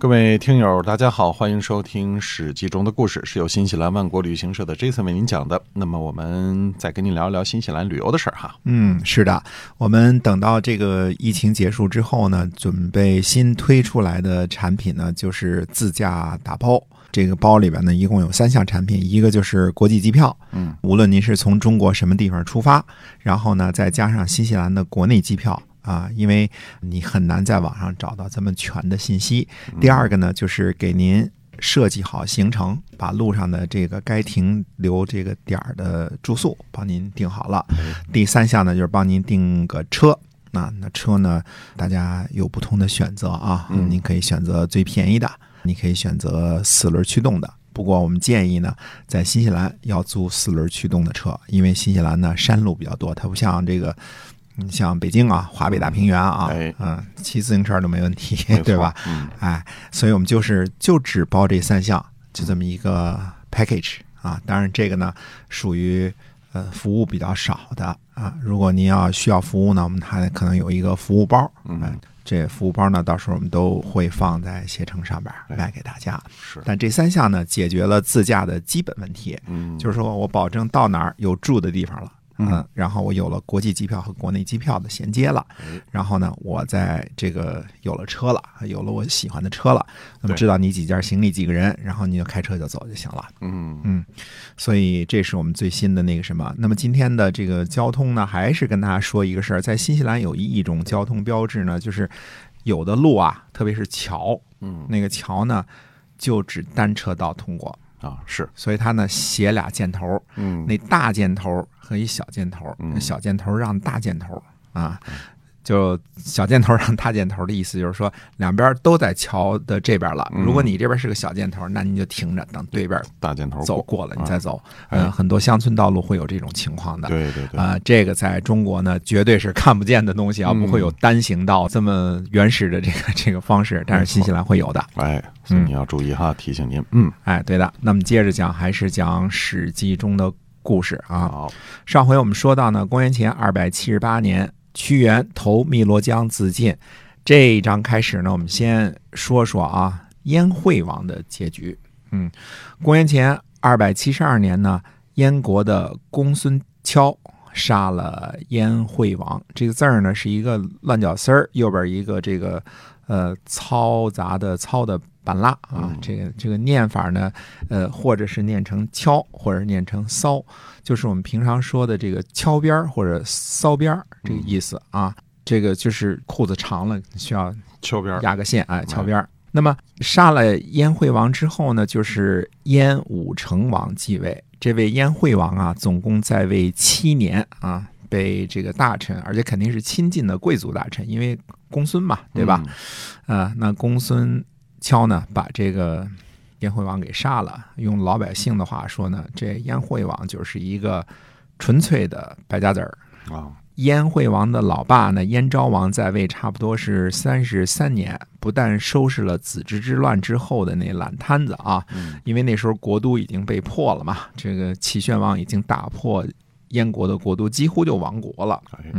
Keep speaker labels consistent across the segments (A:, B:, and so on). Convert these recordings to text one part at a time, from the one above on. A: 各位听友，大家好，欢迎收听《史记》中的故事，是由新西兰万国旅行社的 Jason 为您讲的。那么，我们再跟您聊一聊新西兰旅游的事儿哈。
B: 嗯，是的，我们等到这个疫情结束之后呢，准备新推出来的产品呢，就是自驾打包。这个包里边呢，一共有三项产品，一个就是国际机票，
A: 嗯，
B: 无论您是从中国什么地方出发，然后呢，再加上新西兰的国内机票。啊，因为你很难在网上找到这么全的信息。第二个呢，就是给您设计好行程，把路上的这个该停留这个点儿的住宿帮您定好了。
A: 嗯
B: 第三项呢，就是帮您订个车。那那车呢，大家有不同的选择啊，
A: 嗯
B: 您可以选择最便宜的，你可以选择四轮驱动的。不过我们建议呢，在新西兰要租四轮驱动的车，因为新西兰呢山路比较多，它不像这个，你像北京啊，华北大平原啊，
A: 哎
B: 嗯，骑自行车都没问题
A: 没错，
B: 对吧？？
A: 嗯，
B: 哎，所以我们就是就只包这三项，就这么一个 package 啊。当然，这个呢属于呃服务比较少的啊。如果您要需要服务呢，我们还可能有一个服务包。
A: 嗯
B: 哎这服务包呢，到时候我们都会放在携程上边儿卖给大家。
A: 哎是，
B: 但这三项呢，解决了自驾的基本问题，
A: 嗯，
B: 就是说我保证到哪儿有住的地方了。嗯，然后我有了国际机票和国内机票的衔接了
A: 哎，
B: 然后呢，我在这个有了车了，有了我喜欢的车了，那么
A: 对
B: 知道你几件行李几个人，然后你就开车就走就行了。
A: 嗯，
B: 所以这是我们最新的那个什么。那么今天的这个交通呢，还是跟大家说一个事儿，在新西兰有一一种交通标志呢，就是有的路啊，特别是桥，
A: 嗯，
B: 那个桥呢就只单车道通过，
A: 啊，是，
B: 所以它呢写俩箭头，
A: 嗯，
B: 那大箭头和一小箭头，
A: 嗯
B: 小箭头让大箭头啊，就小箭头让大箭头的意思就是说两边都在桥的这边了。
A: 嗯
B: 如果你这边是个小箭头，那你就停着，等对边
A: 大箭头
B: 走
A: 过，
B: 过了
A: 啊
B: 你再走。
A: 哎
B: 嗯，很多乡村道路会有这种情况的。
A: 对对对，
B: 啊、这个在中国呢，绝对是看不见的东西啊，
A: 嗯
B: 不会有单行道这么原始的这个这个方式，但是新西兰会有的。
A: 哎，所以你要注意哈，提醒您，嗯，
B: 哎，对的。那么接着讲，还是讲《史记》中的故事啊。
A: 好，
B: 上回我们说到呢，公元前二百七十八年，屈原投汨罗江自尽。这一章开始呢，我们先说说啊，燕惠王的结局。嗯，公元前二百七十二年呢，燕国的公孙敲杀了燕惠王。这个字儿呢是一个乱脚丝儿，右边一个这个呃嘈杂的嘈的板拉啊
A: 嗯。
B: 这个这个念法呢，呃，或者是念成敲，或者是念成骚。就是我们平常说的这个敲边儿或者骚边儿这个意思啊。这个就是裤子长了，需要
A: 秋边儿，
B: 压个线，哎，翘边儿。那么杀了燕惠王之后呢，就是燕武成王继位。这位燕惠王啊，总共在位七年啊，被这个大臣，而且肯定是亲近的贵族大臣，因为公孙嘛，对吧？
A: 嗯？
B: 啊，那公孙敲呢，把这个燕惠王给杀了。用老百姓的话说呢，这燕惠王就是一个纯粹的败家子儿。
A: 啊，
B: 燕惠王的老爸呢，燕昭王在位差不多是三十三年，不但收拾了子之之乱之后的那烂摊子啊，
A: 嗯，
B: 因为那时候国都已经被破了嘛，这个齐宣王已经打破燕国的国都，几乎就亡国了。
A: 哎，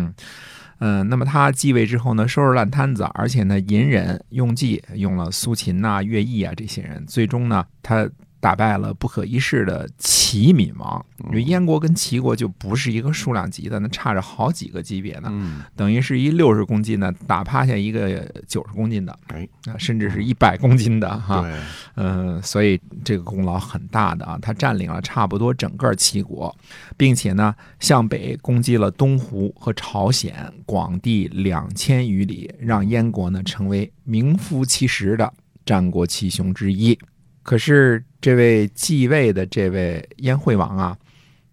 B: 嗯、那么他继位之后呢，收拾烂摊子，而且呢，隐忍用计，用了苏秦呐、乐毅啊这些人，最终呢，他打败了不可一世的齐闵王。
A: 嗯
B: 因为燕国跟齐国就不是一个数量级的，那差着好几个级别呢。
A: 嗯，
B: 等于是一六十公斤的打趴下一个九十公斤的，
A: 哎
B: 啊，甚至是一百公斤的哈，
A: 对，
B: 嗯、所以这个功劳很大的啊，他占领了差不多整个齐国，并且呢，向北攻击了东湖和朝鲜广地两千余里，让燕国呢成为名副其实的战国七雄之一。可是这位继位的这位燕惠王啊，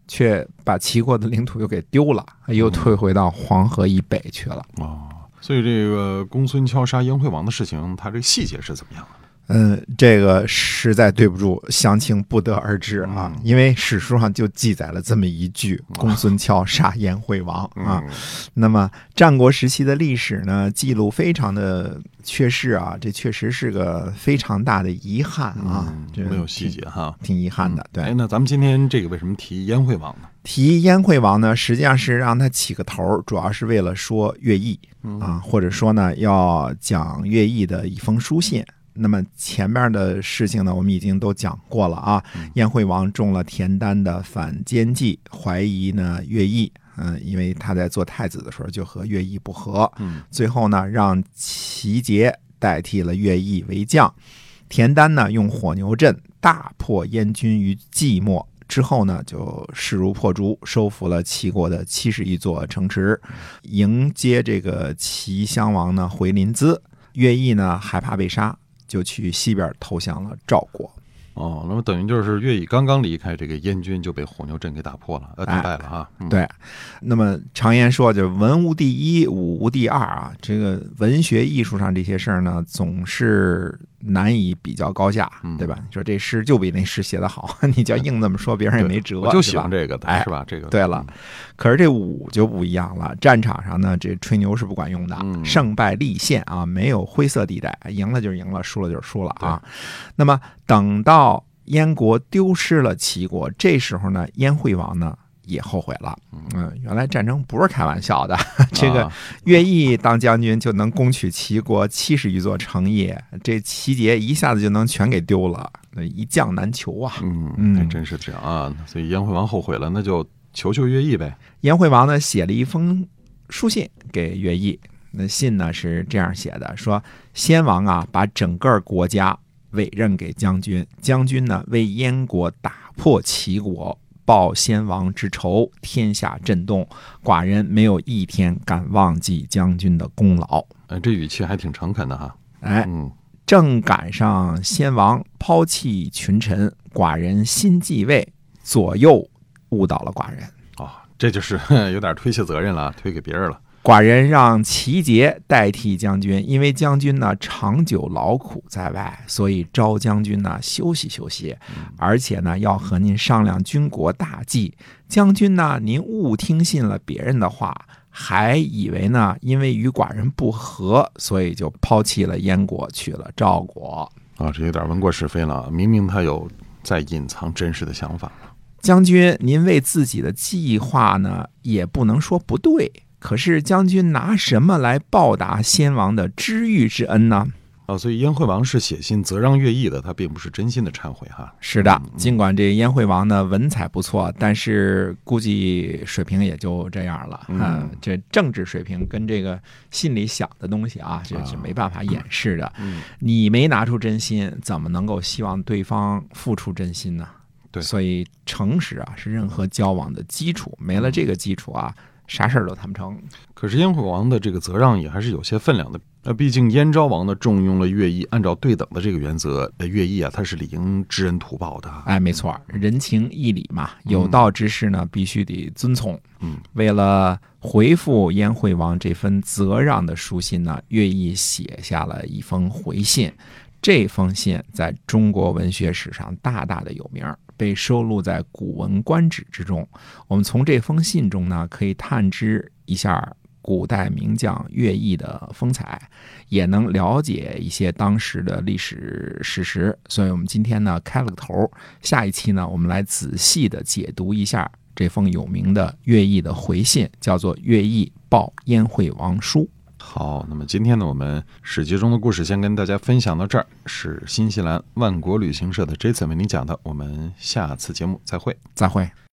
B: 却把齐国的领土又给丢了，又退回到黄河以北去了。
A: 哦，所以这个公孙敲杀燕惠王的事情，他这细节是怎么样的？
B: 嗯，这个实在对不住，详情不得而知啊，
A: 嗯
B: 因为史书上就记载了这么一句：“公孙乔杀燕惠王啊。
A: 嗯
B: 那么战国时期的历史呢，记录非常的缺失啊，这确实是个非常大的遗憾啊，
A: 嗯
B: 这
A: 没有细节哈。
B: 挺，挺遗憾的。
A: 哎，
B: 对，
A: 那咱们今天这个为什么提燕惠王呢？
B: 提燕惠王呢，实际上是让他起个头儿，主要是为了说乐毅啊，或者说呢要讲乐毅的一封书信。那么前面的事情呢，我们已经都讲过了啊。燕惠王中了田丹的反间计，怀疑呢乐毅，嗯，因为他在做太子的时候就和乐毅不和，
A: 嗯，
B: 最后呢让齐杰代替了乐毅为将。田丹呢用火牛阵大破燕军于寂寞之后呢，就势如破竹，收复了齐国的七十一座城池，迎接这个齐襄王呢回临淄。乐毅呢害怕被杀，就去西边投降了赵国。
A: 哦，那么等于就是乐毅刚刚离开这个燕军就被火牛阵给打破了，呃，打败了啊。嗯，
B: 哎对，那么常言说，就文无第一，武无第二啊。这个文学艺术上这些事儿呢，总是难以比较高下
A: 嗯，
B: 对吧？你说这诗就比那诗写得好， 你就要硬这么说，别人也没辙，
A: 我就
B: 对
A: 喜
B: 吧
A: 欢这个的，
B: 哎
A: 是吧？这个嗯
B: 对了，可是这武就不一样了，战场上呢，这吹牛是不管用的，
A: 嗯
B: 胜败立现啊，没有灰色地带，赢了就是赢了，输了就是输了啊。那么等到燕国丢失了齐国，这时候呢，燕惠王呢也后悔了，嗯，原来战争不是开玩笑的， 这个
A: 啊
B: 乐毅当将军就能攻取齐国七十余座城邑，这齐节一下子就能全给丢了，那一将难求啊。
A: 嗯，
B: 嗯
A: 还真是这样啊。所以燕惠王后惠了，那就求求乐毅呗。
B: 燕惠王呢写了一封书信给乐毅，那信呢是这样写的：说先王啊，把整个国家委任给将军，将军呢为燕国打破齐国。报先王之仇，天下震动，寡人没有一天敢忘记将军的功劳。
A: 哎，这语气还挺诚恳的哈。
B: 哎，
A: 嗯，
B: 正赶上先王抛弃群臣，寡人新继位，左右误导了寡人。
A: 哦，这就是 有点推卸责任了啊，推给别人了。
B: 寡人让齐杰代替将军，因为将军呢长久劳苦在外，所以招将军呢休息休息，而且呢要和您商量军国大计。将军呢，您误听信了别人的话，还以为呢因为与寡人不和，所以就抛弃了燕国去了赵国。
A: 啊，这有点闻过是非了。明明他有在隐藏真实的想法。
B: 将军，您为自己的计划呢，也不能说不对。可是将军拿什么来报答先王的知遇之恩呢？
A: 啊，所以燕惠王是写信责让乐毅的，他并不是真心的忏悔哈。
B: 是的，
A: 嗯
B: 尽管这燕惠王呢文采不错，但是估计水平也就这样了。
A: 嗯
B: 啊这政治水平跟这个心里想的东西啊，这是没办法掩饰的。
A: 嗯
B: 你没拿出真心，怎么能够希望对方付出真心呢？
A: 对
B: 所以诚实啊是任何交往的基础，没
A: 嗯
B: 了这个基础啊，啥事儿都谈不成。
A: 可是燕惠王的这个责让也还是有些分量的。那毕竟燕昭王呢重用了乐毅，按照对等的这个原则，呃，乐毅啊他是理应知恩图报的啊。
B: 哎，没错儿，人情义理嘛，有道之士呢，必须得遵从。
A: 嗯，
B: 为了回复燕惠王这份责让的书信呢，乐毅写下了一封回信。这封信在中国文学史上大大的有名儿，被收录在《古文观止》之中。我们从这封信中呢，可以探知一下古代名将乐毅的风采。也能了解一些当时的历史事实。所以，我们今天呢开了个头儿，下一期呢我们来仔细的解读一下这封有名的乐毅的回信，叫做《乐毅报燕惠王书》。
A: 好，那么今天呢，我们史记中的故事先跟大家分享到这儿，是新西兰万国旅行社的 Jason 为您讲的，我们下次节目再会。
B: 再会。